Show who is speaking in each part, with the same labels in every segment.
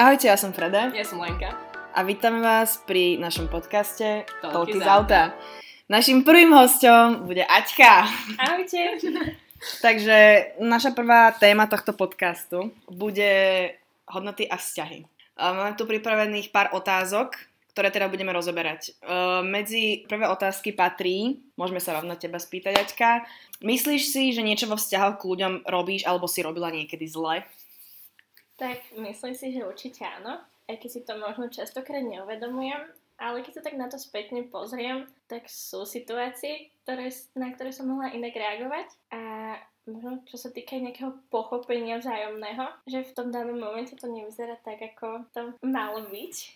Speaker 1: Ahojte, ja som Freda
Speaker 2: Ja som Lenka.
Speaker 1: a vítame vás pri našom podcaste Talky
Speaker 2: Talky z
Speaker 1: z auta. Našim prvým hosťom bude Aťka.
Speaker 2: Ahojte.
Speaker 1: Takže naša prvá téma tohto podcastu bude hodnoty a vzťahy. A Máme tu pripravených pár otázok, ktoré teda budeme rozoberať. E, Medzi prvé otázky patrí, môžeme sa rovno teba spýtať, Aťka, myslíš si, že niečo vo vzťahoch k ľuďom robíš alebo si robila niekedy zle?
Speaker 3: Tak myslím si, že určite áno, aj keď si to možno častokrát neuvedomujem, ale keď sa tak na to spätne pozriem, tak sú situácie, ktoré, na ktoré som mohla inak reagovať a možno čo sa týka nejakého pochopenia vzájomného, že v tom danom momente to nevyzerá tak, ako to malo byť.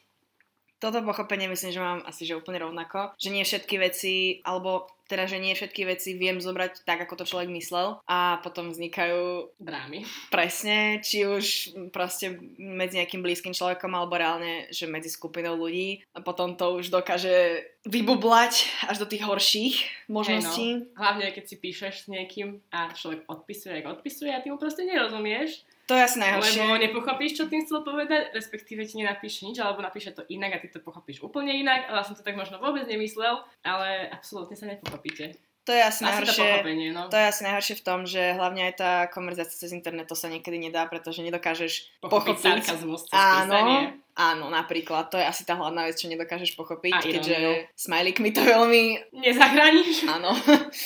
Speaker 1: Toto pochopenie myslím, že mám asi že úplne rovnako, že nie všetky veci, alebo teda, že nie všetky veci viem zobrať tak, ako to človek myslel a potom vznikajú
Speaker 2: Drámy.
Speaker 1: presne, či už proste medzi nejakým blízkym človekom alebo reálne, že medzi skupinou ľudí a potom to už dokáže vybublať až do tých horších možností.
Speaker 2: Hlavne, keď si píšeš s niekým a človek odpisuje, ak odpisuje a ty mu proste nerozumieš,
Speaker 1: To je asi najhoršie.
Speaker 2: lebo nepochopíš, čo tým chcel povedať, respektíve ti nenapíše nič, alebo napíše to inak a ty to pochopíš úplne inak, ale ja som to tak možno vôbec nemyslel, ale absolútne sa nepochopíte.
Speaker 1: To je asi
Speaker 2: Asi to
Speaker 1: najhoršie.
Speaker 2: pochopenie, no.
Speaker 1: To je asi najhoršie v tom, že hlavne aj tá konverzácia cez internet to sa niekedy nedá, pretože nedokážeš
Speaker 2: Pochopiť
Speaker 1: pochopiť
Speaker 2: sarkazmus cez písanie.
Speaker 1: Áno, áno, napríklad. To je asi tá hlavná vec, čo nedokážeš pochopiť,
Speaker 2: A iróniu.
Speaker 1: keďže smajlik mi to veľmi...
Speaker 2: Nezachrániš.
Speaker 1: Áno.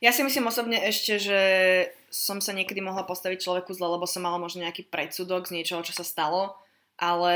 Speaker 1: ja si myslím osobne ešte, že som sa niekedy mohla postaviť človeku zle, lebo som mala možno nejaký predsudok z niečoho, čo sa stalo, ale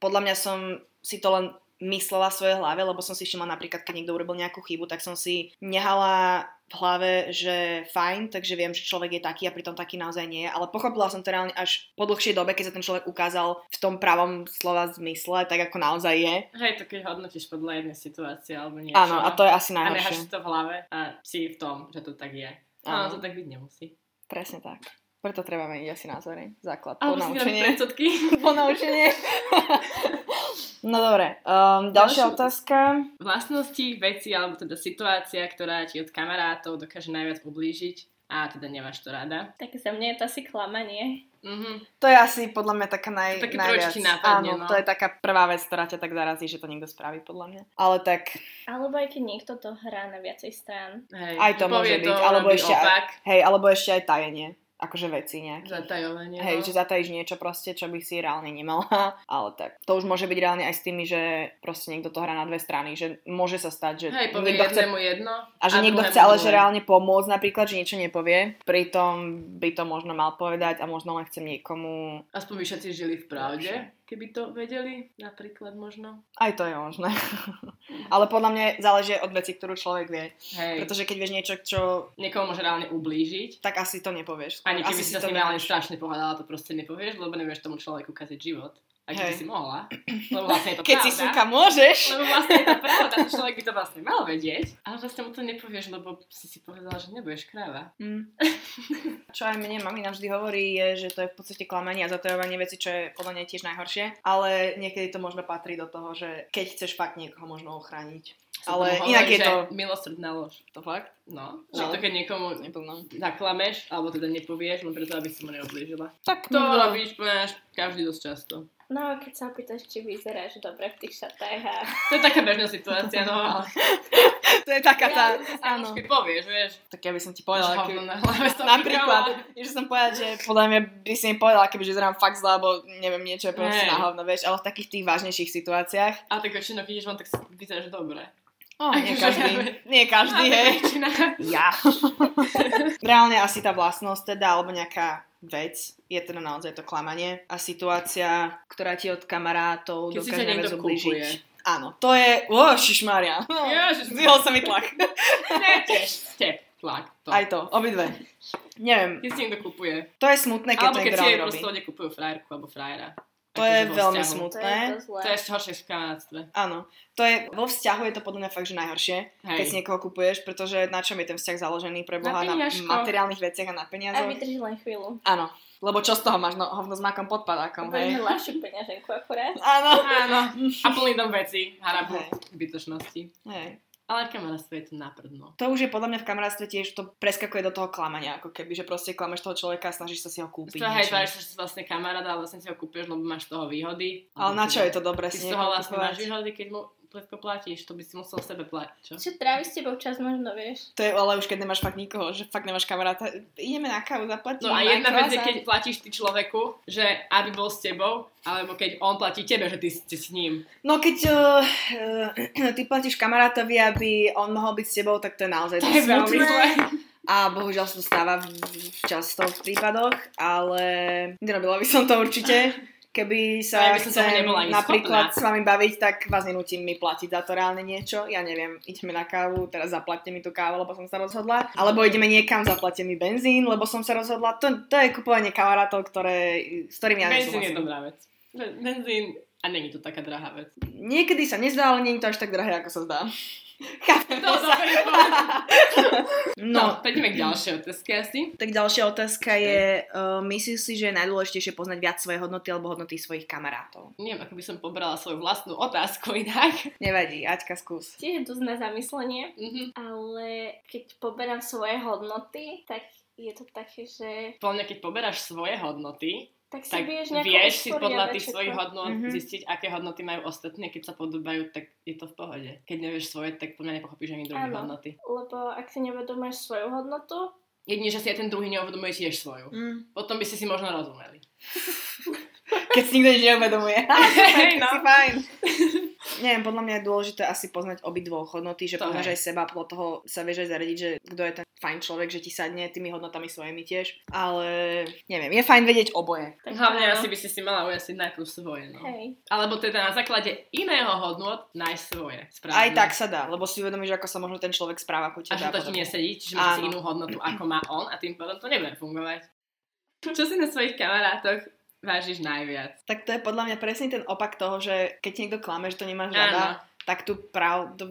Speaker 1: podľa mňa som si to len myslela v svojej hlave, lebo som si všimla napríklad, keď niekto urobil nejakú chybu, tak som si nehala v hlave, že fajn, takže viem, že človek je taký a pritom taký naozaj nie je. Ale pochopila som to reálne až po dlhšej dobe, keď sa ten človek ukázal v tom pravom slova zmysle, tak ako naozaj je.
Speaker 2: Hej, to keď hodnotíš podľa jednej situácie alebo niečo. no.
Speaker 1: Áno, a to je asi
Speaker 2: a necháš si
Speaker 1: najhoršie.
Speaker 2: to v hlave a si v tom, že to tak je.
Speaker 1: Áno.
Speaker 2: Áno, to tak byť nemusí.
Speaker 1: Presne tak. Preto treba meniť asi názory. Základ.
Speaker 2: Alebo si dáme
Speaker 1: Ponaučenie.
Speaker 2: predsudky.
Speaker 1: Ponaučenie. no dobre. Um, ďalšia
Speaker 2: Ďalšiu-
Speaker 1: otázka.
Speaker 2: Vlastnosti, veci alebo teda situácia, ktorá ti od kamarátov dokáže najviac ublížiť a teda nemáš to rada.
Speaker 3: Tak za mňa je to asi klamanie.
Speaker 2: Mhm.
Speaker 1: To je asi podľa mňa taká naj,
Speaker 2: To také prvé,
Speaker 1: najviac.
Speaker 2: čo ti
Speaker 1: Áno,
Speaker 2: napadne, no.
Speaker 1: to je taká prvá vec, ktorá ťa tak zarazí, že to niekto spraví podľa mňa. Ale tak,
Speaker 3: Alebo aj keď niekto to hrá na viacej strán.
Speaker 2: Hej,
Speaker 1: Aj to môže
Speaker 2: povie
Speaker 1: byť, alebo
Speaker 2: robí
Speaker 1: ešte aj-
Speaker 2: opak,
Speaker 1: hej, alebo ešte aj tajenie. Akože veci nejaké.
Speaker 2: zatajovanie. no.
Speaker 1: Hej, že zatajíš niečo proste, čo by si reálne nemala, ale tak. To už môže byť reálne aj s tými, že proste niekto to hrá na dve strany, že môže sa stať, že
Speaker 2: Hej, povie
Speaker 1: niekto chce
Speaker 2: jednému jedno.
Speaker 1: A že niekto
Speaker 2: druhému
Speaker 1: chce ale že
Speaker 2: druhé.
Speaker 1: reálne pomôcť napríklad, že niečo nepovie, pritom by to možno mal povedať a možno len chcem niekomu...
Speaker 2: Aspoň by všetci žili v pravde, keby to vedeli, napríklad možno.
Speaker 1: Aj to je možné. ale podľa mňa záleží aj od veci, ktorú človek vie.
Speaker 2: Hej,
Speaker 1: Pretože keď vieš niečo, čo...
Speaker 2: niekomu môže reálne ublížiť.
Speaker 1: tak asi to nepovieš.
Speaker 2: Ani keby
Speaker 1: asi
Speaker 2: si sa s ním reálne strašne pohádala, to proste nepovieš, lebo nevieš tomu človeku kaziť život. A keby
Speaker 1: Hej.
Speaker 2: si mohla, lebo vlastne je to
Speaker 1: Keď si
Speaker 2: pravda.
Speaker 1: súka môžeš.
Speaker 2: Lebo vlastne je to pravda, ten človek by to vlastne mal vedieť, ale vlastne mu to nepovieš, lebo si si povedala, že nebudeš kráva.
Speaker 1: Mm. Čo aj mne mamina vždy hovorí, je, že to je v podstate klamanie a zatajovanie veci, čo je podľa mňa tiež najhoršie. Ale niekedy to možno patrí do toho, že keď chceš fakt niekoho možno ochrániť.
Speaker 2: Sa
Speaker 1: Ale
Speaker 2: tomu
Speaker 1: inak je
Speaker 2: že
Speaker 1: to-
Speaker 2: Milosrdná lož.
Speaker 1: To fakt?
Speaker 2: No,
Speaker 1: No.
Speaker 2: že to keď niekomu
Speaker 1: Neplno.
Speaker 2: zaklameš, alebo teda nepovieš, len preto, aby si mu neoblížila.
Speaker 1: Tak
Speaker 2: To
Speaker 1: no.
Speaker 2: robíš ponáš každý dosť často.
Speaker 3: No a keď sa opýtaš, či vyzeráš dobre v tých šatách a
Speaker 2: To je taká bežná situácia, no ale...
Speaker 1: To je taká tá...
Speaker 2: Áno. Keď povieš, vieš,
Speaker 1: Tak ja by som ti povedala,
Speaker 2: povedala, hovno
Speaker 1: keby...
Speaker 2: na hlave som prikala.
Speaker 1: Napríklad, že som povedala, že podľa mňa by si mi povedala, keby že zerám fakt zle, alebo neviem, niečo je proste
Speaker 2: Hej.
Speaker 1: na hovno, vieš, ale v takých tých vážnejších situáciách.
Speaker 2: A tak väčšinou, keď ideš von, tak si vyzeráš dobre.
Speaker 1: Oh, nie
Speaker 2: Akože-
Speaker 1: každý, nie každý,
Speaker 2: A tak
Speaker 1: hej. No.
Speaker 2: väčšina.
Speaker 1: Ja. Reálne asi tá vlastnosť teda, alebo nejaká vec, je teda naozaj to klamanie a situácia, ktorá ti od kamarátov
Speaker 2: Keď si
Speaker 1: dokáže
Speaker 2: ťa niekto
Speaker 1: najviac ublížiť.
Speaker 2: kupuje.
Speaker 1: Áno, to je... Ó, šišmária.
Speaker 2: Ježiš.
Speaker 1: Zdvihol sa mi tlak.
Speaker 2: Tiež step, tlak, to.
Speaker 1: Aj to, obidve. Neviem,
Speaker 2: Keď si niekto kupuje.
Speaker 1: to je smutné, keď
Speaker 2: Alebo
Speaker 1: to
Speaker 2: keď
Speaker 1: niekto
Speaker 2: si jej
Speaker 1: robí.
Speaker 2: proste ľudia kúpujú frajerku alebo frajera.
Speaker 1: To
Speaker 2: Akože
Speaker 1: je
Speaker 2: vo
Speaker 1: veľmi
Speaker 2: vzťahu.
Speaker 3: to je to
Speaker 1: smutné.
Speaker 3: zlé.
Speaker 2: To je ešte horšie v kamarátstve.
Speaker 1: Áno, to je, vo vzťahu je to podľa mňa fakt, že najhoršie,
Speaker 2: Hej.
Speaker 1: keď si niekoho kupuješ, pretože na čom je ten vzťah založený pre Boha? Na,
Speaker 2: Na peniažko.
Speaker 1: materiálnych veciach a na
Speaker 3: A
Speaker 1: peniazoch.
Speaker 3: vydrží len chvíľu.
Speaker 1: Áno, lebo čo z toho máš? No, hovno s makom pod padákom,
Speaker 3: Budeme
Speaker 1: hej?
Speaker 3: ľahšiu peňaženku akurát.
Speaker 1: Áno.
Speaker 2: Áno. A plný dom veci. Harabu.
Speaker 1: Hej.
Speaker 2: Zbytočnosti.
Speaker 1: Hej.
Speaker 2: Ale kamarátstvo je to naprdno.
Speaker 1: To už je podľa mňa v kamarátstve tiež to preskakuje do toho klamania, ako keby, že proste klameš toho človeka a snažíš sa si ho kúpiť.
Speaker 2: To hej,
Speaker 1: niečím.
Speaker 2: tváriš sa, že si vlastne kamaráda, ale vlastne si ho kúpiš, lebo máš z toho výhody.
Speaker 1: Ale na čo je to dobré
Speaker 2: Ty
Speaker 1: si
Speaker 2: z toho
Speaker 1: niekoho
Speaker 2: vlastne máš
Speaker 1: kupovať?
Speaker 2: výhody, keď mu všetko platíš, to by si musel sebe platiť, čo?
Speaker 3: Čo trávi s tebou čas možno, vieš.
Speaker 1: To je ale už keď nemáš fakt nikoho, že fakt nemáš kamaráta. Ideme na kávu, zaplatíme.
Speaker 2: No a
Speaker 1: na
Speaker 2: jedna vec je,
Speaker 1: croissant.
Speaker 2: keď platíš ty človeku, že aby bol s tebou, alebo keď on platí tebe, že ty ste s ním.
Speaker 1: No keď uh, uh, ty platíš kamarátovi, aby on mohol byť s tebou, tak to je naozaj
Speaker 2: To je
Speaker 1: dosť
Speaker 2: veľmi zlé.
Speaker 1: A bohužiaľ sa to stáva v, často v prípadoch, ale nerobila by som to určite. Keby sa
Speaker 2: Ja by som toho
Speaker 1: chcem
Speaker 2: nebola ani
Speaker 1: napríklad
Speaker 2: schopná.
Speaker 1: s vami baviť, tak vás nenútim mi platiť za to reálne niečo. Ja neviem, ideme na kávu, teraz zaplatte mi tú kávu, lebo som sa rozhodla. Alebo ideme niekam, zaplatte mi benzín, lebo som sa rozhodla. To, to je kupovanie kamarátov, ktoré, s ktorými ja
Speaker 2: Benzín je
Speaker 3: vlastne-
Speaker 1: nesúhlasím.
Speaker 2: dobrá vec. Be- Benzín a není to taká drahá vec.
Speaker 1: Niekedy sa nezdá, ale nie je to až tak drahé, ako sa zdá.
Speaker 2: To
Speaker 1: Chápem.
Speaker 2: dobre
Speaker 1: No,
Speaker 2: No, poďme k ďalšej otázke asi.
Speaker 1: tak ďalšia otázka je, uh, myslíš si, že je najdôležitejšie poznať viac svoje hodnoty alebo hodnoty svojich kamarátov?
Speaker 2: Neviem, ako by som pobrala svoju vlastnú otázku inak.
Speaker 1: Nevadí, Aťka, skús.
Speaker 3: Tiež je dosť na zamyslenie,
Speaker 2: Mhm.
Speaker 3: ale keď poberám svoje hodnoty, tak je to také, že
Speaker 2: Podľa mňa, keď poberáš svoje hodnoty,
Speaker 3: tak si
Speaker 2: tak
Speaker 3: vieš nejako
Speaker 2: vieš si
Speaker 3: usporiadať
Speaker 2: podľa tých
Speaker 3: všetko.
Speaker 2: svojich hodnot
Speaker 1: Mhm.
Speaker 2: zistiť, aké hodnoty majú ostatní. Keď sa podobajú, tak je to v pohode. Keď nevieš svoje, tak podľa mňa nepochopíš ani druhé
Speaker 3: Áno.
Speaker 2: hodnoty.
Speaker 3: Lebo ak si nevedomuješ svoju hodnotu,
Speaker 2: Jedine, že si aj ten druhý neuvedomuje tiež svoju.
Speaker 3: Mhm.
Speaker 1: Mm.
Speaker 2: Potom by ste si možno rozumeli.
Speaker 1: Keď si nikto nič neuvedomuje. Hej,
Speaker 2: no.
Speaker 1: si fajn. Neviem, podľa mňa je dôležité asi poznať obidvoch hodnoty, že
Speaker 2: To
Speaker 1: poznáš
Speaker 2: hej.
Speaker 1: aj seba, podľa toho sa vieš aj zaradiť, že kto je ten fajn človek, že ti sadne tými hodnotami svojimi tiež. Ale neviem, je fajn vedieť oboje.
Speaker 3: tak
Speaker 2: Hlavne
Speaker 3: áno.
Speaker 2: asi by si si mala ujasniť najprv svoje. No.
Speaker 3: Hej.
Speaker 2: Alebo teda na základe iného hodnot nájsť svoje. Správne.
Speaker 1: Aj tak sa dá, lebo si uvedomíš, ako sa možno ten človek správa ku
Speaker 2: A
Speaker 1: tebe.
Speaker 2: že to ti
Speaker 1: podobne.
Speaker 2: nesedí, čiže máš
Speaker 1: Áno.
Speaker 2: inú hodnotu, ako má on a tým pádom to nebude fungovať. Čo si na svojich kamarátoch vážiš najviac?
Speaker 1: Tak to je podľa mňa presne ten opak toho, že keď ti niekto klame, že to nemáš rada, tak tú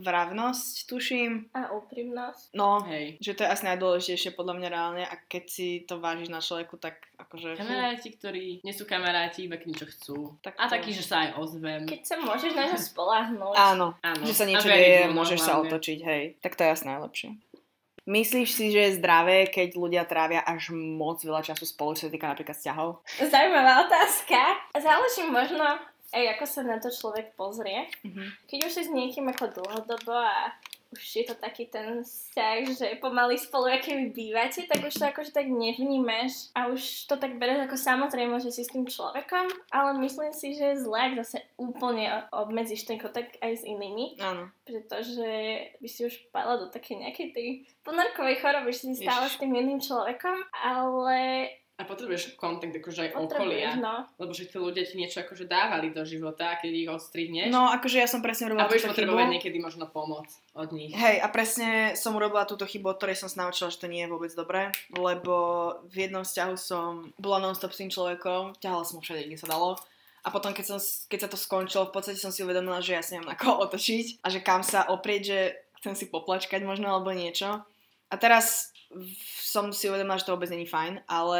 Speaker 1: pravdovravnosť tuším.
Speaker 3: A úprimnosť.
Speaker 1: No,
Speaker 2: Hej.
Speaker 1: že to je asi najdôležitejšie podľa mňa reálne a keď si to vážiš na človeku, tak akože... fú,
Speaker 2: Kamaráti, ktorí nie sú kamaráti, iba keď niečo chcú.
Speaker 1: Tak
Speaker 2: a
Speaker 1: to-
Speaker 2: takí, že sa aj ozvem.
Speaker 3: Keď sa môžeš na ňo spolahnúť.
Speaker 1: Áno,
Speaker 2: Áno.
Speaker 1: že sa
Speaker 2: A
Speaker 1: niečo
Speaker 2: veriť
Speaker 1: deje,
Speaker 2: mu, no,
Speaker 1: môžeš sa
Speaker 2: hlavne.
Speaker 1: otočiť, hej. Tak to je asi najlepšie. Myslíš si, že je zdravé, keď ľudia trávia až moc veľa času spolu, čo sa týka napríklad vzťahov?
Speaker 3: Zaujímavá otázka. Záleží možno aj ako sa na to človek pozrie. Keď už si s niekým ako dlhodobo a už je to taký ten vzťah, že pomaly spolu, aké vy bývate, tak už to akože tak nevnímaš a už to tak bereš ako samozrejme, že si s tým človekom, ale myslím si, že je zlé, ak zase úplne obmedzíš ten kontakt aj s inými,
Speaker 1: Áno.
Speaker 3: pretože by si už padla do také nejakej tej ponorkovej choroby, že si stále s tým jedným človekom, ale
Speaker 2: A potrebuješ kontakt akože aj okolia.
Speaker 3: potrebuješ, no.
Speaker 2: Lebo že tí ľudia ti niečo akože dávali do života a keď ich odstrihneš.
Speaker 1: No, akože ja som presne
Speaker 2: a
Speaker 1: robila
Speaker 2: budeš
Speaker 1: túto
Speaker 2: potrebovať
Speaker 1: chybu.
Speaker 2: niekedy možno pomoc od nich.
Speaker 1: Hej, a presne som urobila túto chybu, od ktorej som sa naučila, že to nie je vôbec dobré, lebo v jednom vzťahu som bola non-stop s tým človekom, ťahala som ho všade, kde sa dalo. A potom, keď, som, s- keď sa to skončilo, v podstate som si uvedomila, že ja si nemám na koho otočiť a že kam sa oprieť, že chcem si poplačkať možno alebo niečo. A teraz v- som si uvedomila, že to vôbec není fajn, ale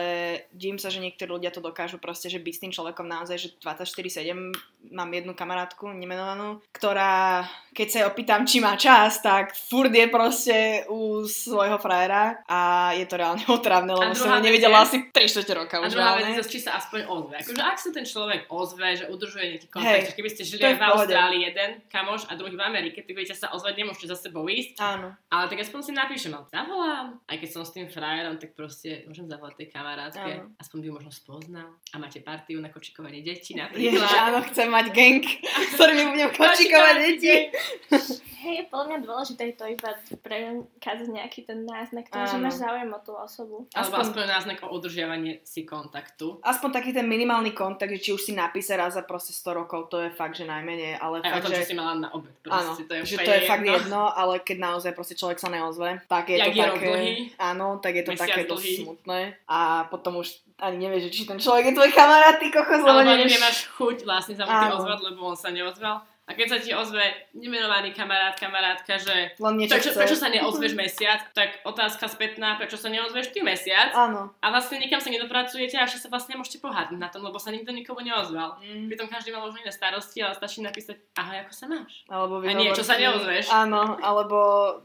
Speaker 1: divím sa, že niektorí ľudia to dokážu proste, že byť s tým človekom naozaj, že 24-7 mám jednu kamarátku nemenovanú, ktorá, keď sa jej opýtam, či má čas, tak furt je proste u svojho frajera a je to reálne otravné, lebo som ho
Speaker 2: druhá vec
Speaker 1: nevidela
Speaker 2: je-
Speaker 1: asi 3 čtvrte roka
Speaker 2: A
Speaker 1: už
Speaker 2: druhá
Speaker 1: reálne.
Speaker 2: vec je, zase, či sa aspoň ozve. Akože ak sa ten človek ozve, že udržuje nejaký kontakt,
Speaker 1: Hej,
Speaker 2: že keby ste žili
Speaker 1: to je
Speaker 2: aj v
Speaker 1: v pohode.
Speaker 2: Austrálii jeden kamoš a druhý v Amerike, ty budete sa ozvať, nemôžete za sebou ísť,
Speaker 1: Áno.
Speaker 2: ale tak aspoň si napíšem, ale zavolám. Aj keď som s tým frajerom, tak proste môžem zavolať tej kamarátke,
Speaker 1: Áno.
Speaker 2: aspoň by ju možno spoznal. A máte partiu na kočikovanie detí
Speaker 1: Ježiš,
Speaker 2: napríklad.
Speaker 1: áno, chcem mať gang, s ktorými budem kočikovať deti.
Speaker 3: Hej, je podľa mňa dôležité je to iba prekázať nejaký ten náznak toho, že
Speaker 1: Áno.
Speaker 3: máš záujem o tú osobu.
Speaker 2: Alebo
Speaker 1: Aspoň-
Speaker 2: aspoň náznak o udržiavanie si kontaktu.
Speaker 1: Aspoň taký ten minimálny kontakt, že či už si napíše raz za proste 100 rokov, to je fakt, že najmenej, ale
Speaker 2: Aj o
Speaker 1: fakt,
Speaker 2: tom,
Speaker 1: že...
Speaker 2: čo si mala na obed.
Speaker 1: Áno,
Speaker 2: Proste, to je
Speaker 1: že
Speaker 2: úplne
Speaker 1: to je fakt
Speaker 2: jedno.
Speaker 1: jedno, ale keď naozaj proste človek sa neozve, tak je
Speaker 2: Jak
Speaker 1: to
Speaker 2: je rok
Speaker 1: také...
Speaker 2: dlhý,
Speaker 1: áno, tak je to
Speaker 2: mesiac
Speaker 1: také dosť
Speaker 2: dlhý.
Speaker 1: smutné. A potom už ani nevieš, že či ten človek je tvoj kamarát, ty kokos, lebo
Speaker 2: Alebo ani
Speaker 1: nevieš...
Speaker 2: nemáš chuť vlastne sa mu ty
Speaker 1: Áno.
Speaker 2: ozvať, lebo on sa neozval. A keď sa ti ozve nemenovaný kamarát, kamarátka, že
Speaker 1: Len niečo chce.
Speaker 2: prečo, prečo sa neozveš mesiac, tak otázka spätná, prečo sa neozveš ty mesiac
Speaker 1: Áno.
Speaker 2: a vlastne nikam sa nedopracujete a všetci sa vlastne môžete pohádať na tom, lebo sa nikto nikomu neozval.
Speaker 1: Mm.
Speaker 2: Pritom každý má možno iné starosti, ale stačí napísať, ahoj, ako sa máš?
Speaker 1: Alebo
Speaker 2: A nie, čo sa neozveš.
Speaker 1: Áno, alebo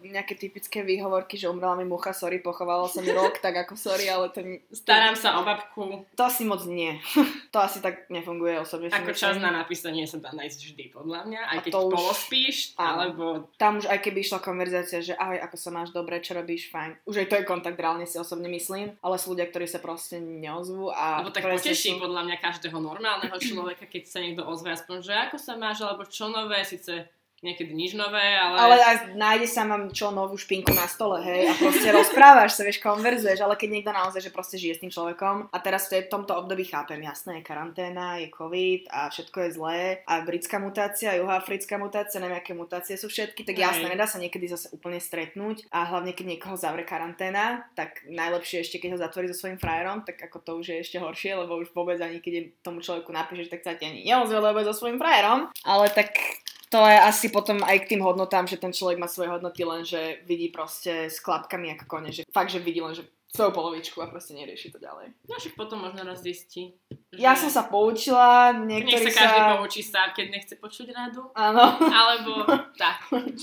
Speaker 1: nejaké typické výhovorky, že umrela mi mucha, sorry, pochovala som ju rok, tak ako sorry, ale to,
Speaker 2: Starám sa o babku,
Speaker 1: to asi moc nie. to asi tak nefunguje osobne. si
Speaker 2: ako
Speaker 1: myslím.
Speaker 2: čas na napísanie sa dá nájsť vždy, podľa mňa, aj
Speaker 1: A
Speaker 2: keď
Speaker 1: to už-
Speaker 2: polospíš,
Speaker 1: Áno.
Speaker 2: alebo
Speaker 1: Tam už aj keby išla konverzácia, že ahoj, ako sa máš, dobre, čo robíš, fajn. Už aj to je kontakt, reálne si osobne myslím, ale sú ľudia, ktorí sa proste neozvú a...
Speaker 2: Lebo tak
Speaker 1: presne
Speaker 2: poteší
Speaker 1: sú-
Speaker 2: podľa mňa každého normálneho človeka, keď sa niekto ozve aspoň, že ako sa máš, alebo čo nové, síce niekedy nič nové, ale...
Speaker 1: Ale aj nájde sa vám čo novú špinku na stole, hej, a proste rozprávaš sa, vieš, konverzuješ, ale keď niekto naozaj, že proste žije s tým človekom a teraz v tej- tomto období chápem, jasné, je karanténa, je covid a všetko je zlé a britská mutácia, juhoafrická mutácia, neviem, aké mutácie sú všetky, tak jasné,
Speaker 2: Hej.
Speaker 1: nedá sa niekedy zase úplne stretnúť a hlavne, keď niekoho zavre karanténa, tak najlepšie ešte, keď ho zatvorí so svojím frajerom, tak ako to už je ešte horšie, lebo už vôbec ani keď tomu človeku napíšeš, tak sa ti ani neozve, lebo je so svojím frajerom, ale tak to je asi potom aj k tým hodnotám, že ten človek má svoje hodnoty len, že vidí proste s klapkami ako kone, že fakt, že vidí len, že svoju polovičku a proste nerieši to ďalej.
Speaker 2: No však potom možno raz zistí.
Speaker 1: Ja som sa poučila,
Speaker 2: Nech
Speaker 1: niektorí
Speaker 2: sa
Speaker 1: sa...
Speaker 2: každý poučí sám, keď nechce počuť radu.
Speaker 1: Áno,
Speaker 2: Alebo tak.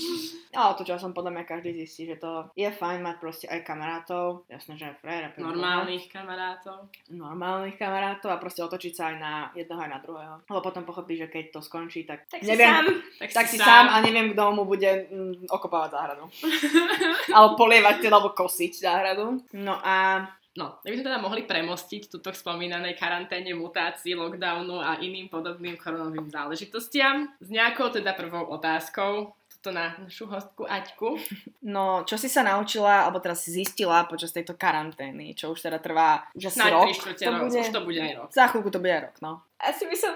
Speaker 1: ale to časom podľa mňa každý zistí, že to je fajn mať proste aj kamarátov, jasné, že aj frajera, pre
Speaker 2: Normálnych kamarátov.
Speaker 1: normálnych kamarátov a proste otočiť sa aj na jedného aj na druhého. Lebo potom pochopíš, že keď to skončí, tak,
Speaker 3: Tak si
Speaker 1: neviem,
Speaker 3: sám.
Speaker 1: tak si sám a neviem, kto mu bude mm, okopávať záhradu. alebo polievať teda, alebo kosiť záhradu. No a
Speaker 2: No, tak by sme teda mohli premostiť túto spomínanej karanténe, mutácii, lockdownu a iným podobným koronovým záležitostiam s nejakou teda prvou otázkou tuto na našu hostku Aťku.
Speaker 1: No, čo si sa naučila, alebo teraz si zistila počas tejto karantény, čo už teda trvá už asi
Speaker 2: Snáď
Speaker 1: rok.
Speaker 2: tri štvrte rok, už to bude aj rok.
Speaker 1: Za chvíľku to bude aj rok, no.
Speaker 3: Asi by som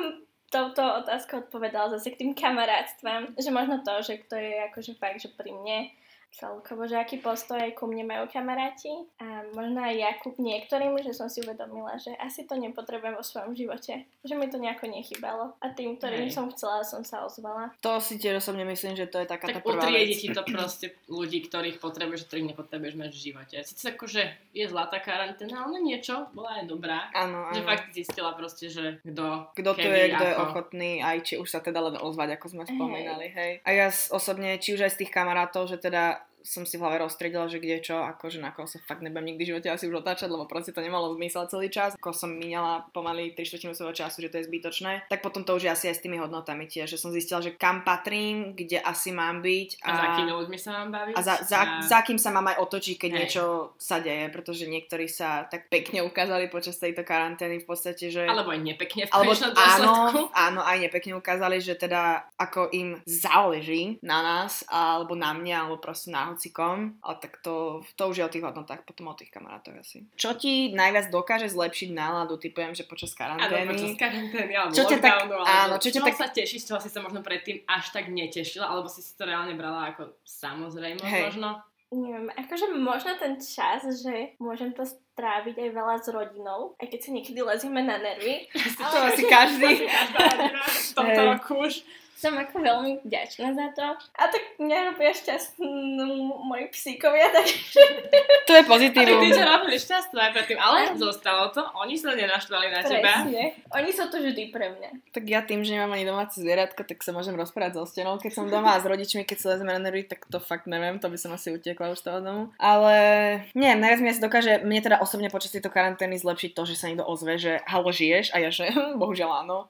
Speaker 3: touto otázkou odpovedala zase k tým kamarátstvám, že možno to, že kto je akože fakt, že pri mne celkovo, že aký postoj aj ku mne majú kamaráti a možno aj ja ku niektorým, že som si uvedomila, že asi to nepotrebujem vo svojom živote, že mi to nejako nechybalo a tým, ktorým
Speaker 2: Hej.
Speaker 3: som chcela, som sa ozvala.
Speaker 1: To si tiež osobne myslím, že to je taká tá
Speaker 2: Tak
Speaker 1: prvá
Speaker 2: utriedi
Speaker 1: vec.
Speaker 2: ti to proste ľudí, ktorých potrebuješ, ktorých nepotrebuješ mať v živote. Sice akože je zlatá karanténa, ale niečo, bola aj dobrá.
Speaker 1: Áno,
Speaker 2: Že
Speaker 1: áno.
Speaker 2: fakt zistila proste, že kto,
Speaker 1: Kto tu
Speaker 2: kedy,
Speaker 1: je, kto je
Speaker 2: ako.
Speaker 1: ochotný, aj či už sa teda len ozvať, ako sme
Speaker 3: Hej.
Speaker 1: spomínali, hej. A ja s- osobne, či už aj z tých kamarátov, že teda som si v hlave rozstriedila, že kde čo, akože na koho sa fakt nebudem nikdy v živote asi už otáčať, lebo proste to nemalo zmysel celý čas. Ako som míňala pomaly 3 štvrtinu svojho času, že to je zbytočné, tak potom to už je asi aj s tými hodnotami tiež, že som zistila, že kam patrím, kde asi mám byť
Speaker 2: A za akými ľuďmi sa mám baviť.
Speaker 1: a za, za, za kým sa mám aj otočiť, keď
Speaker 2: Hej.
Speaker 1: niečo sa deje, pretože niektorí sa tak pekne ukázali počas tejto karantény v podstate, že...
Speaker 2: Alebo aj nepekne v
Speaker 1: Alebo
Speaker 2: konečnom dôsledku.
Speaker 1: áno, áno, aj nepekne ukázali, že teda ako im záleží na nás, alebo na mňa, alebo proste na hocikom. Ale tak to, to už je o tých hodnotách, potom o tých kamarátov asi. Čo ti najviac dokáže zlepšiť náladu, typujem, že počas
Speaker 2: Áno,
Speaker 1: karantény?
Speaker 2: počas karantény, alebo
Speaker 1: Čo ťa tak-
Speaker 2: lockdownu, alebo No,
Speaker 1: áno, čo ťa tak-
Speaker 2: sa tešíš, z čoho si sa možno predtým až tak netešila, alebo si si to reálne brala ako samozrejme
Speaker 1: Hej.
Speaker 2: možno.
Speaker 3: Neviem, akože možno ten čas, že môžem to stráviť aj veľa s rodinou, aj keď si niekedy lezieme na nervy.
Speaker 1: To asi každý.
Speaker 2: v tomto
Speaker 1: Hej.
Speaker 2: roku už.
Speaker 3: Som ako veľmi vďačná za to. A tak mňa robia šťastnú moji psíkovia, takže
Speaker 1: To je
Speaker 2: A tak ty
Speaker 1: pozitívum.
Speaker 2: sa robili šťastná aj predtým, ale zostalo to, oni sa nenaštvali na teba.
Speaker 3: presne. Oni sú tu vždy pre mňa.
Speaker 1: Tak ja tým, že nemám ani domáce zvieratko, tak sa môžem rozprávať so stenou, keď som doma a s rodičmi, keď sa lezme na nervy, tak to fakt neviem, to by som asi utiekla už z toho domu. Ale nie, najviac mi asi dokáže, mne teda osobne počas tejto karantény zlepšiť to, že sa niekto ozve, že halo žiješ a ja že bohužiaľ áno.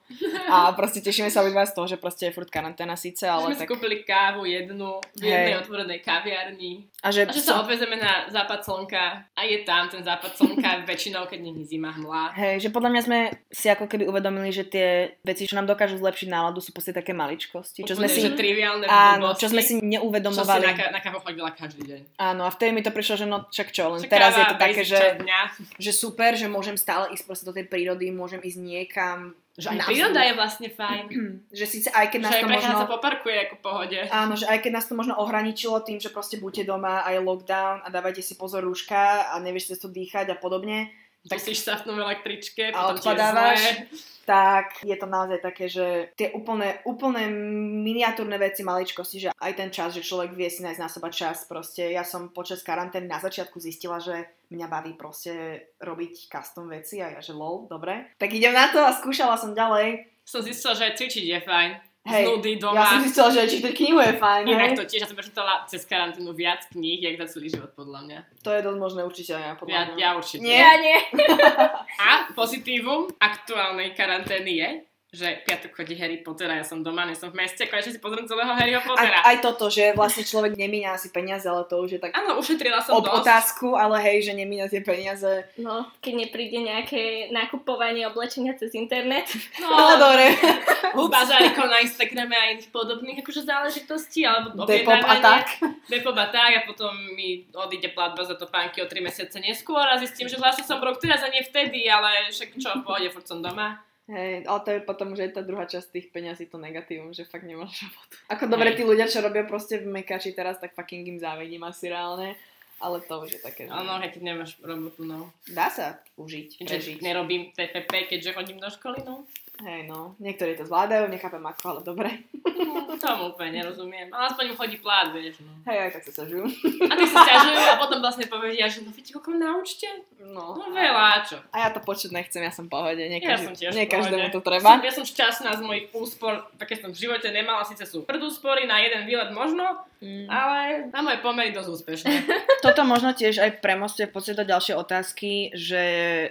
Speaker 1: A proste tešíme sa obidva z toho, že proste je furt karanténa síce,
Speaker 2: Ale
Speaker 1: ale
Speaker 2: sme tak... si
Speaker 1: tak...
Speaker 2: kúpili kávu jednu v
Speaker 1: Hej.
Speaker 2: jednej otvorenej kaviarni.
Speaker 1: A že,
Speaker 2: A že sa odvezeme na západ slnka a je tam ten západ slnka väčšinou, keď není zima hmla.
Speaker 1: Hej, že podľa mňa sme si ako keby uvedomili, že tie veci, čo nám dokážu zlepšiť náladu, sú proste také maličkosti. Čo sme
Speaker 2: Úplne,
Speaker 1: si,
Speaker 2: že triviálne
Speaker 1: áno,
Speaker 2: blbosti,
Speaker 1: čo sme si
Speaker 2: čo si
Speaker 1: neuvedomovali.
Speaker 2: na, ka- na kávu chodila každý deň.
Speaker 1: Áno, a vtedy mi to prišlo, že no čak čo, len
Speaker 2: Čo
Speaker 1: teraz
Speaker 2: káva,
Speaker 1: je to také,
Speaker 2: basic
Speaker 1: že,
Speaker 2: čas Dňa.
Speaker 1: že super, že môžem stále ísť proste do tej prírody, môžem ísť niekam.
Speaker 2: Že aj
Speaker 1: na
Speaker 2: príroda
Speaker 1: vzduch.
Speaker 2: je vlastne fajn.
Speaker 1: Že síce aj keď
Speaker 2: Že
Speaker 1: nás
Speaker 2: aj
Speaker 1: to možno...
Speaker 2: prechádzať po parku je ako v pohode.
Speaker 1: Áno, že aj keď nás to možno ohraničilo tým, že proste buďte doma a je lockdown a dávajte si pozor rúška a nevieš sa to dýchať a podobne,
Speaker 2: Tak Musíš sa v tom električke,
Speaker 1: a
Speaker 2: potom ti je
Speaker 1: odpadávaš,
Speaker 2: zlé.
Speaker 1: tak je to naozaj také, že tie úplne, úplne miniatúrne veci, maličkosti, že aj ten čas, že človek vie si nájsť na seba čas, proste ja som počas karantény na začiatku zistila, že mňa baví proste robiť custom veci a ja, že lol, dobre. Tak idem na to a skúšala som ďalej.
Speaker 2: Som zistila, že aj cvičiť je fajn.
Speaker 1: Hej,
Speaker 2: z nudy doma.
Speaker 1: Ja som zistila, že aj čítať knihu je fajn, hej.
Speaker 2: Inak to tiež, ja som prečítala cez karanténu viac kníh, jak za celý život, podľa mňa.
Speaker 1: To je dosť možné určite, ja podľa
Speaker 2: Ja,
Speaker 1: mňa.
Speaker 2: ja určite.
Speaker 1: Nie.
Speaker 3: Ja nie.
Speaker 2: A pozitívum aktuálnej karantény je, že piatok chodí Harry Potter a ja som doma, nie som v meste, konečne si pozriem celého Harryho Pottera.
Speaker 1: aj, aj toto, že vlastne človek nemíňa asi peniaze, ale to už je tak
Speaker 2: Áno, ušetrila som
Speaker 1: ob
Speaker 2: dosť.
Speaker 1: otázku, ale hej, že nemíňa tie peniaze.
Speaker 3: No, keď nepríde nejaké nakupovanie oblečenia cez internet.
Speaker 2: No,
Speaker 1: Ale dobre.
Speaker 2: Húba žarikov na Instagrame a iných podobných akože záležitostí, alebo
Speaker 1: Depop a tak.
Speaker 2: Depop a tak a potom mi odíde platba za to pánky o 3 mesiace neskôr a zistím, že zvlášť som rok teraz a nie vtedy, ale však čo, v pohode, furt som doma.
Speaker 1: Hej, ale to je potom, že je tá druhá časť tých peňazí to negatívum, že fakt nemáš robotu. Ako dobre tí ľudia, čo robia proste v mekači teraz, tak fucking im závidím asi reálne. Ale to už je také, že
Speaker 2: Áno, keď nemáš robotu, no.
Speaker 1: dá sa užiť, prežiť.
Speaker 2: Keďže nerobím TPP, keďže chodím do školy, no.
Speaker 1: Hej, no. Niektorí to zvládajú, nechápem ako, ale dobre. Mhm.
Speaker 2: no tomu úplne nerozumiem. Ale aspoň im chodí plát, vieš, no.
Speaker 1: Hej, aj tak sa sažujú.
Speaker 2: A ty si ťažujú a potom vlastne povedia, že no viete, koľko na účte?
Speaker 1: No.
Speaker 2: No veľa, a čo?
Speaker 1: A ja to počuť nechcem, ja som v pohode. Nie,
Speaker 2: Ja
Speaker 1: každý-
Speaker 2: som tiež
Speaker 1: nie
Speaker 2: v pohode.
Speaker 1: každému to treba.
Speaker 2: Som, ja som šťastná z mojich úspor, také som v živote nemala, síce sú predúspory na jeden výlet možno,
Speaker 1: Mm.
Speaker 2: ale na moje pomery dosť úspešné.
Speaker 1: Toto možno tiež aj premostuje v podstate do ďalšie otázky, že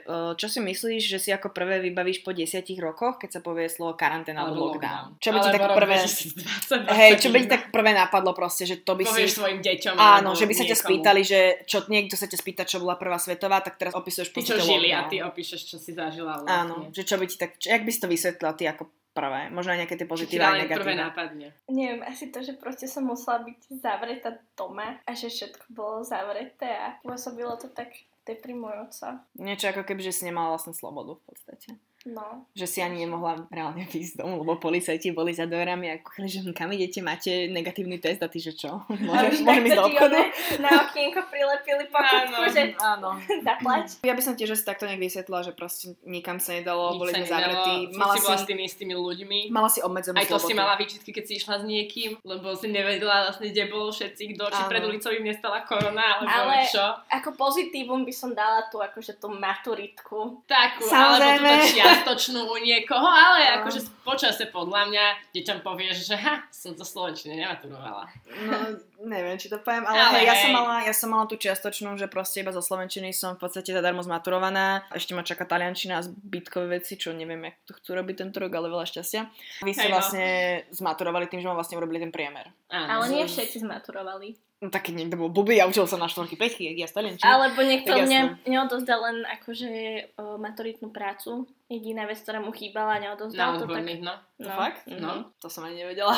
Speaker 1: e, čo si myslíš, že si ako prvé vybavíš po desiatich rokoch, keď sa povie slovo karanténa alebo lockdown? Čo by ti
Speaker 2: Alebo
Speaker 1: tak
Speaker 2: rok
Speaker 1: prvé...
Speaker 2: 2020,
Speaker 1: Hej, čo by ti
Speaker 2: 2021.
Speaker 1: tak prvé napadlo proste, že to by
Speaker 2: povieš
Speaker 1: si...
Speaker 2: svojim deťom.
Speaker 1: Áno,
Speaker 2: alebo
Speaker 1: že by sa ťa
Speaker 2: niekomu.
Speaker 1: spýtali, že čo, niekto sa ťa spýta, čo bola prvá svetová, tak teraz opisuješ
Speaker 2: Ty čo
Speaker 1: podstate
Speaker 2: žili a
Speaker 1: lockdown.
Speaker 2: ty opíšeš, čo si zažila. Vlastne.
Speaker 1: Áno, že čo by ti tak... Čo, jak by si to vysvetlila ty ako prvé? Možno aj nejaké tie
Speaker 2: Čo ti
Speaker 1: pozitíva
Speaker 2: dali
Speaker 1: aj
Speaker 2: prvé
Speaker 1: negatíva.
Speaker 2: nápadne.
Speaker 3: Neviem, asi to, že proste som musela byť zavretá doma a že všetko bolo zavreté a pôsobilo to tak deprimujúco.
Speaker 1: Niečo ako keby, že si nemala vlastne slobodu v podstate.
Speaker 3: No,
Speaker 1: že si ani nemohla reálne ísť domov, lebo policajti boli za dverami a kúchali, že "Hm, kam idete, máte negatívny test a ty, že čo? Môžeš,
Speaker 3: Aby
Speaker 1: môžem ísť
Speaker 3: takto
Speaker 1: do
Speaker 3: ti
Speaker 1: obchodu?
Speaker 3: ono Na okienko prilepili pokutku,
Speaker 2: Áno.
Speaker 3: že
Speaker 1: Áno.
Speaker 3: zaplať.
Speaker 1: Ja by som tiež asi takto nejak vysvetlila, že proste nikam sa nedalo,
Speaker 2: Nič
Speaker 1: boli
Speaker 2: sa
Speaker 1: sme
Speaker 2: nedalo,
Speaker 1: zavretí.
Speaker 2: furt
Speaker 1: Mala
Speaker 2: si
Speaker 1: si,
Speaker 2: bola s tými istými ľuďmi.
Speaker 1: mala si obmedzenú
Speaker 2: Aj to si
Speaker 1: slobodu.
Speaker 2: mala výčitky, keď si išla s niekým, lebo si nevedela vlastne, kde bolo všetci, kto, či
Speaker 1: Áno.
Speaker 2: pred ulicou im nestala korona, alebo
Speaker 3: Ale-
Speaker 2: čo.
Speaker 3: Ako pozitívum by som dala tú, akože tú maturitku.
Speaker 2: Takú,
Speaker 1: Samozrejme.
Speaker 2: alebo túto čiastočnú u niekoho, ale
Speaker 1: Áno.
Speaker 2: akože počase podľa mňa deťom povieš, že ha, som to slovenčine nematurovala.
Speaker 1: No, neviem, či to poviem, ale,
Speaker 2: Ale
Speaker 1: hej, ja,
Speaker 2: hej.
Speaker 1: som mala, ja som mala tú čiastočnú, že proste iba zo Slovenčiny som v podstate zadarmo zmaturovaná. Ešte ma čaká taliančina a zbytkové veci, čo neviem, jak to chcú robiť tento rok, ale veľa šťastia. Vy ste
Speaker 2: Hej, no.
Speaker 1: vlastne zmaturovali tým, že ma vlastne urobili ten priemer.
Speaker 3: Ale nie
Speaker 1: z-
Speaker 3: všetci zmaturovali.
Speaker 1: No tak keď niekto bol blbý a učil sa na štvorky, peťky, jak ja stále niečo.
Speaker 3: Alebo niekto
Speaker 1: Tak
Speaker 3: mne neodozdal len akože o, maturitnú prácu. Jediná vec, ktorá mu chýbala,
Speaker 2: Na
Speaker 3: neodozdal to tak.
Speaker 2: odborných, no.
Speaker 1: No, fakt?
Speaker 3: mhm.
Speaker 2: No.
Speaker 1: To som ani nevedela.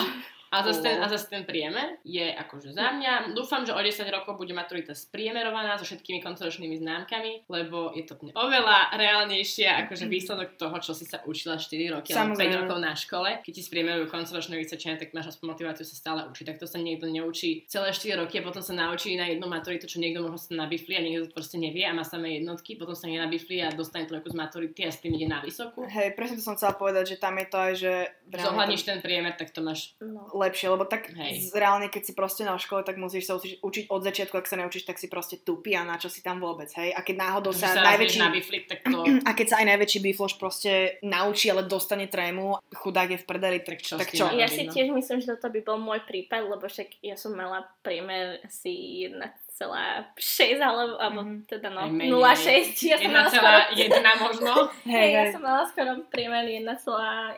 Speaker 2: A zase, ten,
Speaker 1: Wow.
Speaker 2: a zase ten priemer je akože za mňa. Dúfam, že o 10 rokov bude maturita spriemerovaná so všetkými koncoročnými známkami, lebo je to oveľa reálnejšie akože výsledok toho, čo si sa učila 4 roky alebo 5
Speaker 1: Mm-hmm. Samozrejme.
Speaker 2: rokov na škole. Keď ti spriemerujú koncoročné vysvedčenie, tak máš aspoň motiváciu sa stále učiť. Tak to sa niekto neučí celé 4 roky a potom sa naučí na jednu maturitu, čo niekto možno sa nabifli a niekto to proste nevie a má samé jednotky, potom sa nenabifli a dostane trojku z maturity a s tým ide na vysokú.
Speaker 1: Hej, presne to som chcela povedať, že tam je to aj, že reálne
Speaker 2: Zohľadníš ten priemer, tak to máš
Speaker 3: No.
Speaker 1: to lepšie, lebo tak
Speaker 2: Hej.
Speaker 1: z, reálne, keď si proste na škole, tak musíš sa učiť, učiť od začiatku, ak sa neučíš, tak si proste tupí a na čo si tam vôbec, hej. A keď náhodou
Speaker 2: že
Speaker 1: sa,
Speaker 2: sa
Speaker 1: najväčší...
Speaker 2: najväčší... na biflik, tak to
Speaker 1: A keď sa aj najväčší bifloš proste naučí, ale dostane trému, chudák je v predeli, tak
Speaker 2: Tak čo
Speaker 1: tak
Speaker 2: s tým
Speaker 1: čo?
Speaker 2: má
Speaker 3: Ja
Speaker 2: robiť,
Speaker 3: si
Speaker 2: no?
Speaker 3: tiež myslím, že toto by bol môj prípad, lebo však ja som mala priemer asi 1,6 alebo, alebo
Speaker 1: Mhm.
Speaker 3: teda
Speaker 2: Aj
Speaker 3: no,
Speaker 2: menej.
Speaker 3: 0,6. Ja som mala skoro,
Speaker 2: 1,1 možno.
Speaker 3: hej, ja som mala skoro priemer 1,0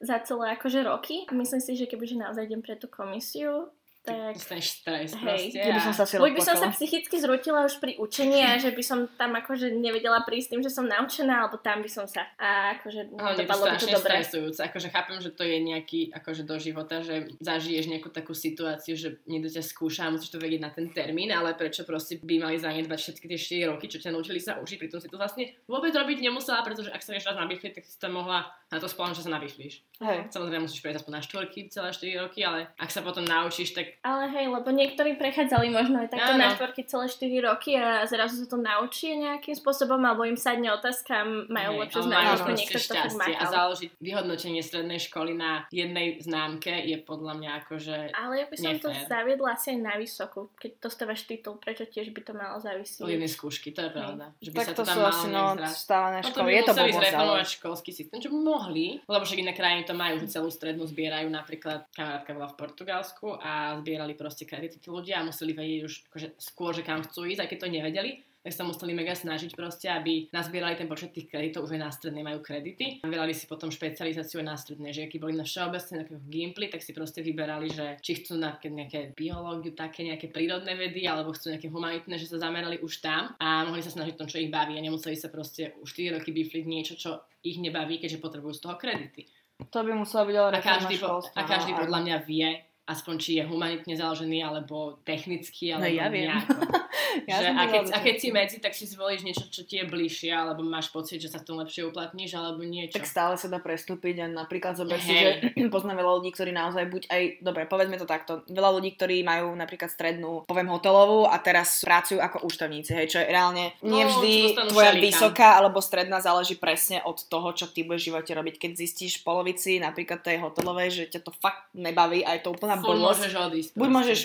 Speaker 3: za celé akože roky. A myslím si, že kebyže naozaj idem pre tú komisiu, tak
Speaker 2: Dostaneš stres
Speaker 3: Hej,
Speaker 2: proste.
Speaker 1: Keby som sa si
Speaker 3: Buď by som sa
Speaker 1: rozplakala.
Speaker 3: psychicky zrutila už pri učení a že by som tam akože nevedela prísť tým, že som naučená, alebo tam by som sa... A akože no,
Speaker 2: Ale je to
Speaker 3: dopadlo by to
Speaker 2: strašne
Speaker 3: dobre.
Speaker 2: stresujúce. Akože chápem, že to je nejaký, akože do života, že zažiješ nejakú takú situáciu, že niekto ťa skúša a musíš to vedieť na ten termín, ale prečo proste by mali zanedbať všetky tie 4 roky, čo ťa naučili sa učiť, pritom si to vlastne vôbec robiť nemusela, pretože ak sa ešte raz nabifli, tak si to mohla na to spolám, že sa nabiflíš.
Speaker 1: Hej.
Speaker 2: Samozrejme musíš prejsť aspoň na štvorky celé 4 roky, ale ak sa potom naučíš, tak
Speaker 3: Ale hej, lebo niektorí prechádzali možno aj takto
Speaker 2: Áno.
Speaker 3: na štvorky celé 4 roky a zrazu sa to naučia nejakým spôsobom, alebo im sadne otázka a majú
Speaker 2: Hej,
Speaker 3: lepšiu
Speaker 2: ale
Speaker 3: známku,
Speaker 2: majú
Speaker 3: ako
Speaker 1: proste
Speaker 3: niekto
Speaker 2: proste
Speaker 3: to fakt
Speaker 2: šťastie a
Speaker 3: makal.
Speaker 2: založiť vyhodnotenie strednej školy na jednej známke je podľa mňa akože...
Speaker 3: Ale ja by som to
Speaker 2: Nefér.
Speaker 3: zaviedla asi aj na vysokú, keď dostávaš titul, prečo tiež by to malo
Speaker 2: od
Speaker 3: závisieť.
Speaker 2: jednej skúšky, to je pravda. Že by sa
Speaker 1: Tak to
Speaker 2: to tam
Speaker 1: sú asi no,
Speaker 2: malo no,
Speaker 1: stávané
Speaker 2: Potom
Speaker 1: školy.
Speaker 2: by
Speaker 1: Je to
Speaker 2: museli
Speaker 1: blbosť, ale...
Speaker 2: zreformovať školský systém, čo by mohli, lebo však iné krajiny to majú, že celú strednú zbierajú, napríklad kamarátka bola v Portugalsku a zbierali proste kredity tí ľudia a museli vedieť už akože, skôr, že kam chcú ísť, aj keď to nevedeli tak sa museli mega snažiť proste, aby nazbierali ten počet tých kreditov, už aj na strednej majú kredity. Vybrali si potom špecializáciu aj na strednej, že aký boli na všeobecné, na gimply, tak si proste vyberali, že či chcú napríklad nejaké biológiu, také nejaké prírodné vedy, alebo chcú nejaké humanitné, že sa zamerali už tam a mohli sa snažiť v tom, čo ich baví a nemuseli sa proste už 4 roky bifliť niečo, čo ich nebaví, keďže potrebujú z toho kredity.
Speaker 1: To by muselo byť ale
Speaker 2: A
Speaker 1: reforma
Speaker 2: každý, po,
Speaker 1: školstva.
Speaker 2: a každý podľa mňa vie, aspoň či je humanitne založený, alebo technicky,
Speaker 1: No
Speaker 2: alebo
Speaker 1: ja viem.
Speaker 2: nejako.
Speaker 1: Ja
Speaker 2: že,
Speaker 1: som
Speaker 2: a,
Speaker 1: bola
Speaker 2: keď, a
Speaker 1: do
Speaker 2: keď si medzi, tak si zvolíš niečo, čo ti je bližšie, alebo máš pocit, že sa v tom lepšie uplatníš, alebo niečo.
Speaker 1: tak stále sa dá prestúpiť a napríklad zober si, že
Speaker 2: Hej.
Speaker 1: poznám veľa ľudí, ktorí naozaj buď aj, dobre, povedzme to takto, veľa ľudí, ktorí majú napríklad strednú, poviem hotelovú a teraz pracujú ako účtovníci, hej, čo je reálne
Speaker 2: No, čo
Speaker 1: nevždy
Speaker 2: dostanú
Speaker 1: tvoja
Speaker 2: všelikam.
Speaker 1: vysoká alebo stredná záleží presne od toho, čo ty budeš v živote robiť. Keď zistíš v polovici napríklad tej hotelovej, že ťa to fakt nebaví a je to úplná
Speaker 2: Fúr
Speaker 1: blbosť,
Speaker 2: môžeš odísť.
Speaker 1: buď
Speaker 2: proste.
Speaker 1: môžeš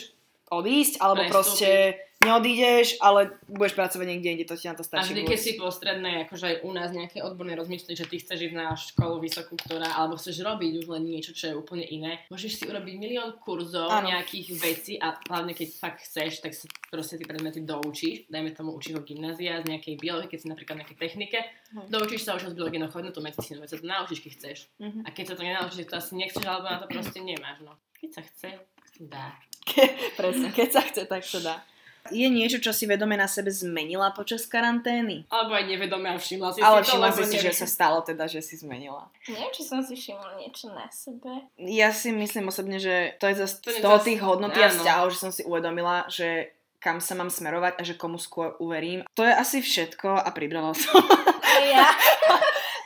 Speaker 1: odísť, alebo
Speaker 2: Prestúpiť.
Speaker 1: proste neodídeš, ale budeš pracovať niekde inde, to ti na to
Speaker 2: A
Speaker 1: stačí.
Speaker 2: vždy,
Speaker 1: buď.
Speaker 2: keď si po strednej, akože aj u nás nejaké odborné rozmýšľať, že ty chceš ísť na školu vysokú, ktorá, alebo chceš robiť už len niečo, čo je úplne iné, môžeš si urobiť milión kurzov
Speaker 1: Áno.
Speaker 2: nejakých vecí a hlavne keď fakt chceš, tak si proste tie predmety doučíš, dajme tomu učí ho gymnázia z nejakej biológie, keď si napríklad v nejakej technike,
Speaker 1: Hm.
Speaker 2: doučíš sa už z biologenochodnú, tú medicínu, veď sa to naučíš, keď chceš.
Speaker 1: Mhm.
Speaker 2: A keď sa to nenaučíš, tak to asi nechceš, alebo na to proste nemáš. No. Keď sa chce, tak sa dá.
Speaker 1: Presne, keď sa chce, tak sa dá. Je niečo, čo si vedome na sebe zmenila počas karantény?
Speaker 2: Alebo aj nevedome, a všimla si
Speaker 1: Ale
Speaker 2: si to,
Speaker 1: všimla
Speaker 2: lebo
Speaker 1: si si, že
Speaker 2: neviem.
Speaker 1: sa stalo teda, že si zmenila.
Speaker 3: Neviem, či som si všimla niečo na sebe.
Speaker 1: Ja si myslím osobne, že to je zase
Speaker 2: To je
Speaker 1: z toho
Speaker 2: zas-
Speaker 1: tých hodnoty a
Speaker 2: áno.
Speaker 1: vzťahov, že som si uvedomila, že kam sa mám smerovať a že komu skôr uverím. To je asi všetko a pribrala som.
Speaker 3: A ja,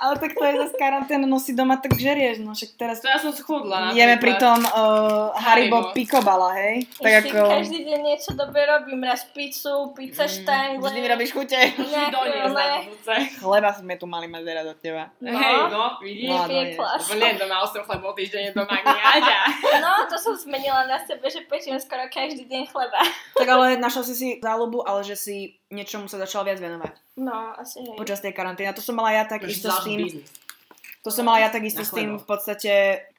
Speaker 1: Ale tak to je zase karanténa, no si doma tak žerieš, no však teraz
Speaker 2: Ja som schudla.
Speaker 1: Jeme pritom
Speaker 2: napríklad.
Speaker 1: uh, Haribo
Speaker 2: Haribo.
Speaker 1: pikobala, hej?
Speaker 3: tak
Speaker 1: Tak ako...
Speaker 3: každý deň niečo dobre robím, raz pizzu, pizza
Speaker 2: Mm,
Speaker 3: štangle.
Speaker 1: Vždy mi robíš chute.
Speaker 2: Do nej na
Speaker 3: Nejaké, ale...
Speaker 2: budúce.
Speaker 1: Chleba sme tu mali mať teraz od teba.
Speaker 3: No.
Speaker 2: Hej, no, vidíš?
Speaker 1: No.
Speaker 3: No,
Speaker 1: nie.
Speaker 2: Lebo nie, doma osem chlebov, týždeň je doma gniaďa.
Speaker 3: no, to som zmenila na sebe, že pečiem skoro každý deň chleba.
Speaker 1: Tak ale našla si si záľubu, ale že si niečomu sa začala viac venovať
Speaker 3: No, asi hej.
Speaker 1: počas tej karantény. A to som mala ja tak isto s tým,
Speaker 2: biznis.
Speaker 1: to som mala ja tak isto
Speaker 2: Na
Speaker 1: s tým v
Speaker 2: chlebo.
Speaker 1: podstate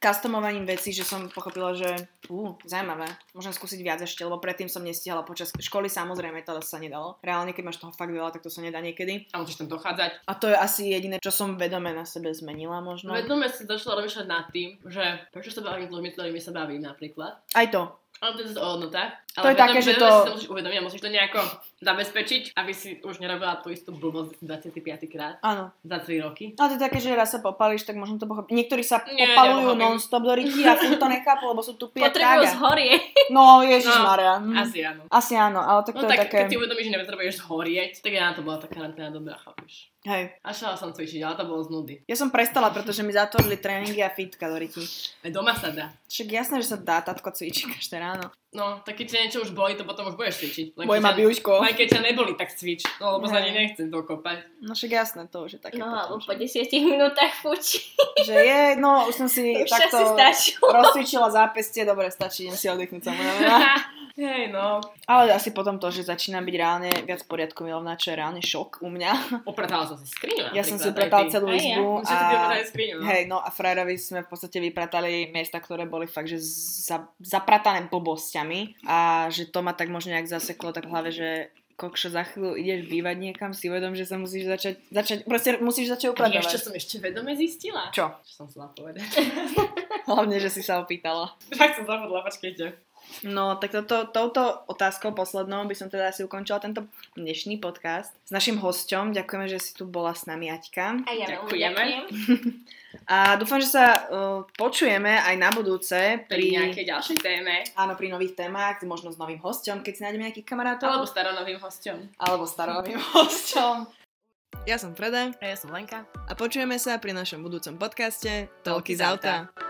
Speaker 1: customovaním vecí, že som pochopila, že ú, zaujímavé, môžem skúsiť viac ešte, lebo predtým som nestihala počas školy, samozrejme, to sa nedalo. Reálne, keď máš toho fakt veľa, tak to sa nedá niekedy.
Speaker 2: A musíš tam dochádzať.
Speaker 1: A to je asi jediné, čo som vedome na sebe zmenila možno.
Speaker 2: No. Vedome si začala rozmýšľať nad tým, že prečo sa bavím s ľuďmi, s ktorými sa bavím napríklad.
Speaker 1: Aj to.
Speaker 2: Ale to je zase o hodnotách.
Speaker 1: To je také, že
Speaker 2: vedome
Speaker 1: to-
Speaker 2: si to musíš uvedomiť a musíš to nejako zabezpečiť, aby si už nerobila tú istú blbosť 25 krát
Speaker 1: Áno.
Speaker 2: za 3 roky.
Speaker 1: Ale to je také, že raz sa popališ, tak možno to pochopí. Niektorí sa
Speaker 2: Nie,
Speaker 1: opalujú
Speaker 2: nepochopím.
Speaker 1: non-stop do ryti a furt to nechápu, lebo sú tupí a
Speaker 3: Potrebujú
Speaker 1: trága.
Speaker 3: zhorie.
Speaker 1: No, ježišmaria. No, asi.
Speaker 2: Asi áno.
Speaker 1: asi áno, ale tak to
Speaker 2: No
Speaker 1: je
Speaker 2: tak,
Speaker 1: také...
Speaker 2: keď si uvedomíš, že nepotrebuješ zhorieť, tak ja na to bola tá karanténa dobrá, chápeš.
Speaker 1: Hej.
Speaker 2: A šla som cvičiť, ale to bolo z nudy.
Speaker 1: Ja som prestala, pretože mi zatvorili tréningy a fitka do ryti.
Speaker 2: Aj doma sa dá.
Speaker 1: Však jasné, že sa dá tatko cvičí každé ráno.
Speaker 2: No, tak keď ťa niečo už boli, to potom už budeš cvičiť. Len
Speaker 1: Moje
Speaker 2: keď
Speaker 1: má
Speaker 2: ťa-
Speaker 1: biuško.
Speaker 2: Aj keď ťa neboli, tak cvič, no lebo
Speaker 1: Hej.
Speaker 2: sa ani nechcem dokopať.
Speaker 1: No však jasné, to už je také.
Speaker 3: No,
Speaker 1: potom,
Speaker 3: alebo
Speaker 1: že-
Speaker 3: po 10 minútach fučí.
Speaker 1: Že je, no už som si
Speaker 3: Už asi
Speaker 1: takto
Speaker 3: stačilo.
Speaker 1: rozsvičila zápestie, dobre, stačí, idem si oddychnúť samozrejme.
Speaker 2: Hej, no.
Speaker 1: Ale asi potom to, že začínam byť reálne viac poriadkom milovná, čo je reálne šok u mňa.
Speaker 2: Upratala som si skriňu
Speaker 1: Ja som si upratala
Speaker 2: napríklad, aj ty.
Speaker 1: celú
Speaker 3: Aj ja.
Speaker 1: izbu
Speaker 2: Musíš si
Speaker 1: a...
Speaker 2: upratať skriňu, no.
Speaker 1: Hej, no a frajerovi sme v podstate vypratali miesta, ktoré boli fakt, že za, zapratané blbosťami a že to ma tak možno nejak zaseklo tak v hlave, že kokšo, za chvíľu ideš bývať niekam, si uvedom, že sa musíš začať, začať proste musíš začať
Speaker 2: A vieš, čo
Speaker 1: upratávať.
Speaker 2: som ešte vedome zistila?
Speaker 1: Čo?
Speaker 2: Čo som chcela povedať?
Speaker 1: Hlavne, že si sa opýtala.
Speaker 2: tak som zabudla, počkejte.
Speaker 1: No, tak toto, touto otázkou poslednou by som teda asi ukončila tento dnešný podcast s našim hosťom. Ďakujeme, že si tu bola s nami, Aťka.
Speaker 3: A ja veľmi
Speaker 2: Ďakujeme.
Speaker 3: ďakujem.
Speaker 1: A dúfam, že sa uh, počujeme aj na budúce
Speaker 2: Pri nejakej ďalšej téme.
Speaker 1: Áno, pri nových témach, možno s novým hosťom, keď si nájdeme nejakých kamarátov.
Speaker 2: Alebo staronovým hosťom.
Speaker 1: alebo starovým hosťom. Ja som Freda
Speaker 2: A ja som Lenka.
Speaker 1: a počujeme sa pri našom budúcom podcaste
Speaker 2: Toľky
Speaker 1: Toľky
Speaker 2: z
Speaker 1: z auta.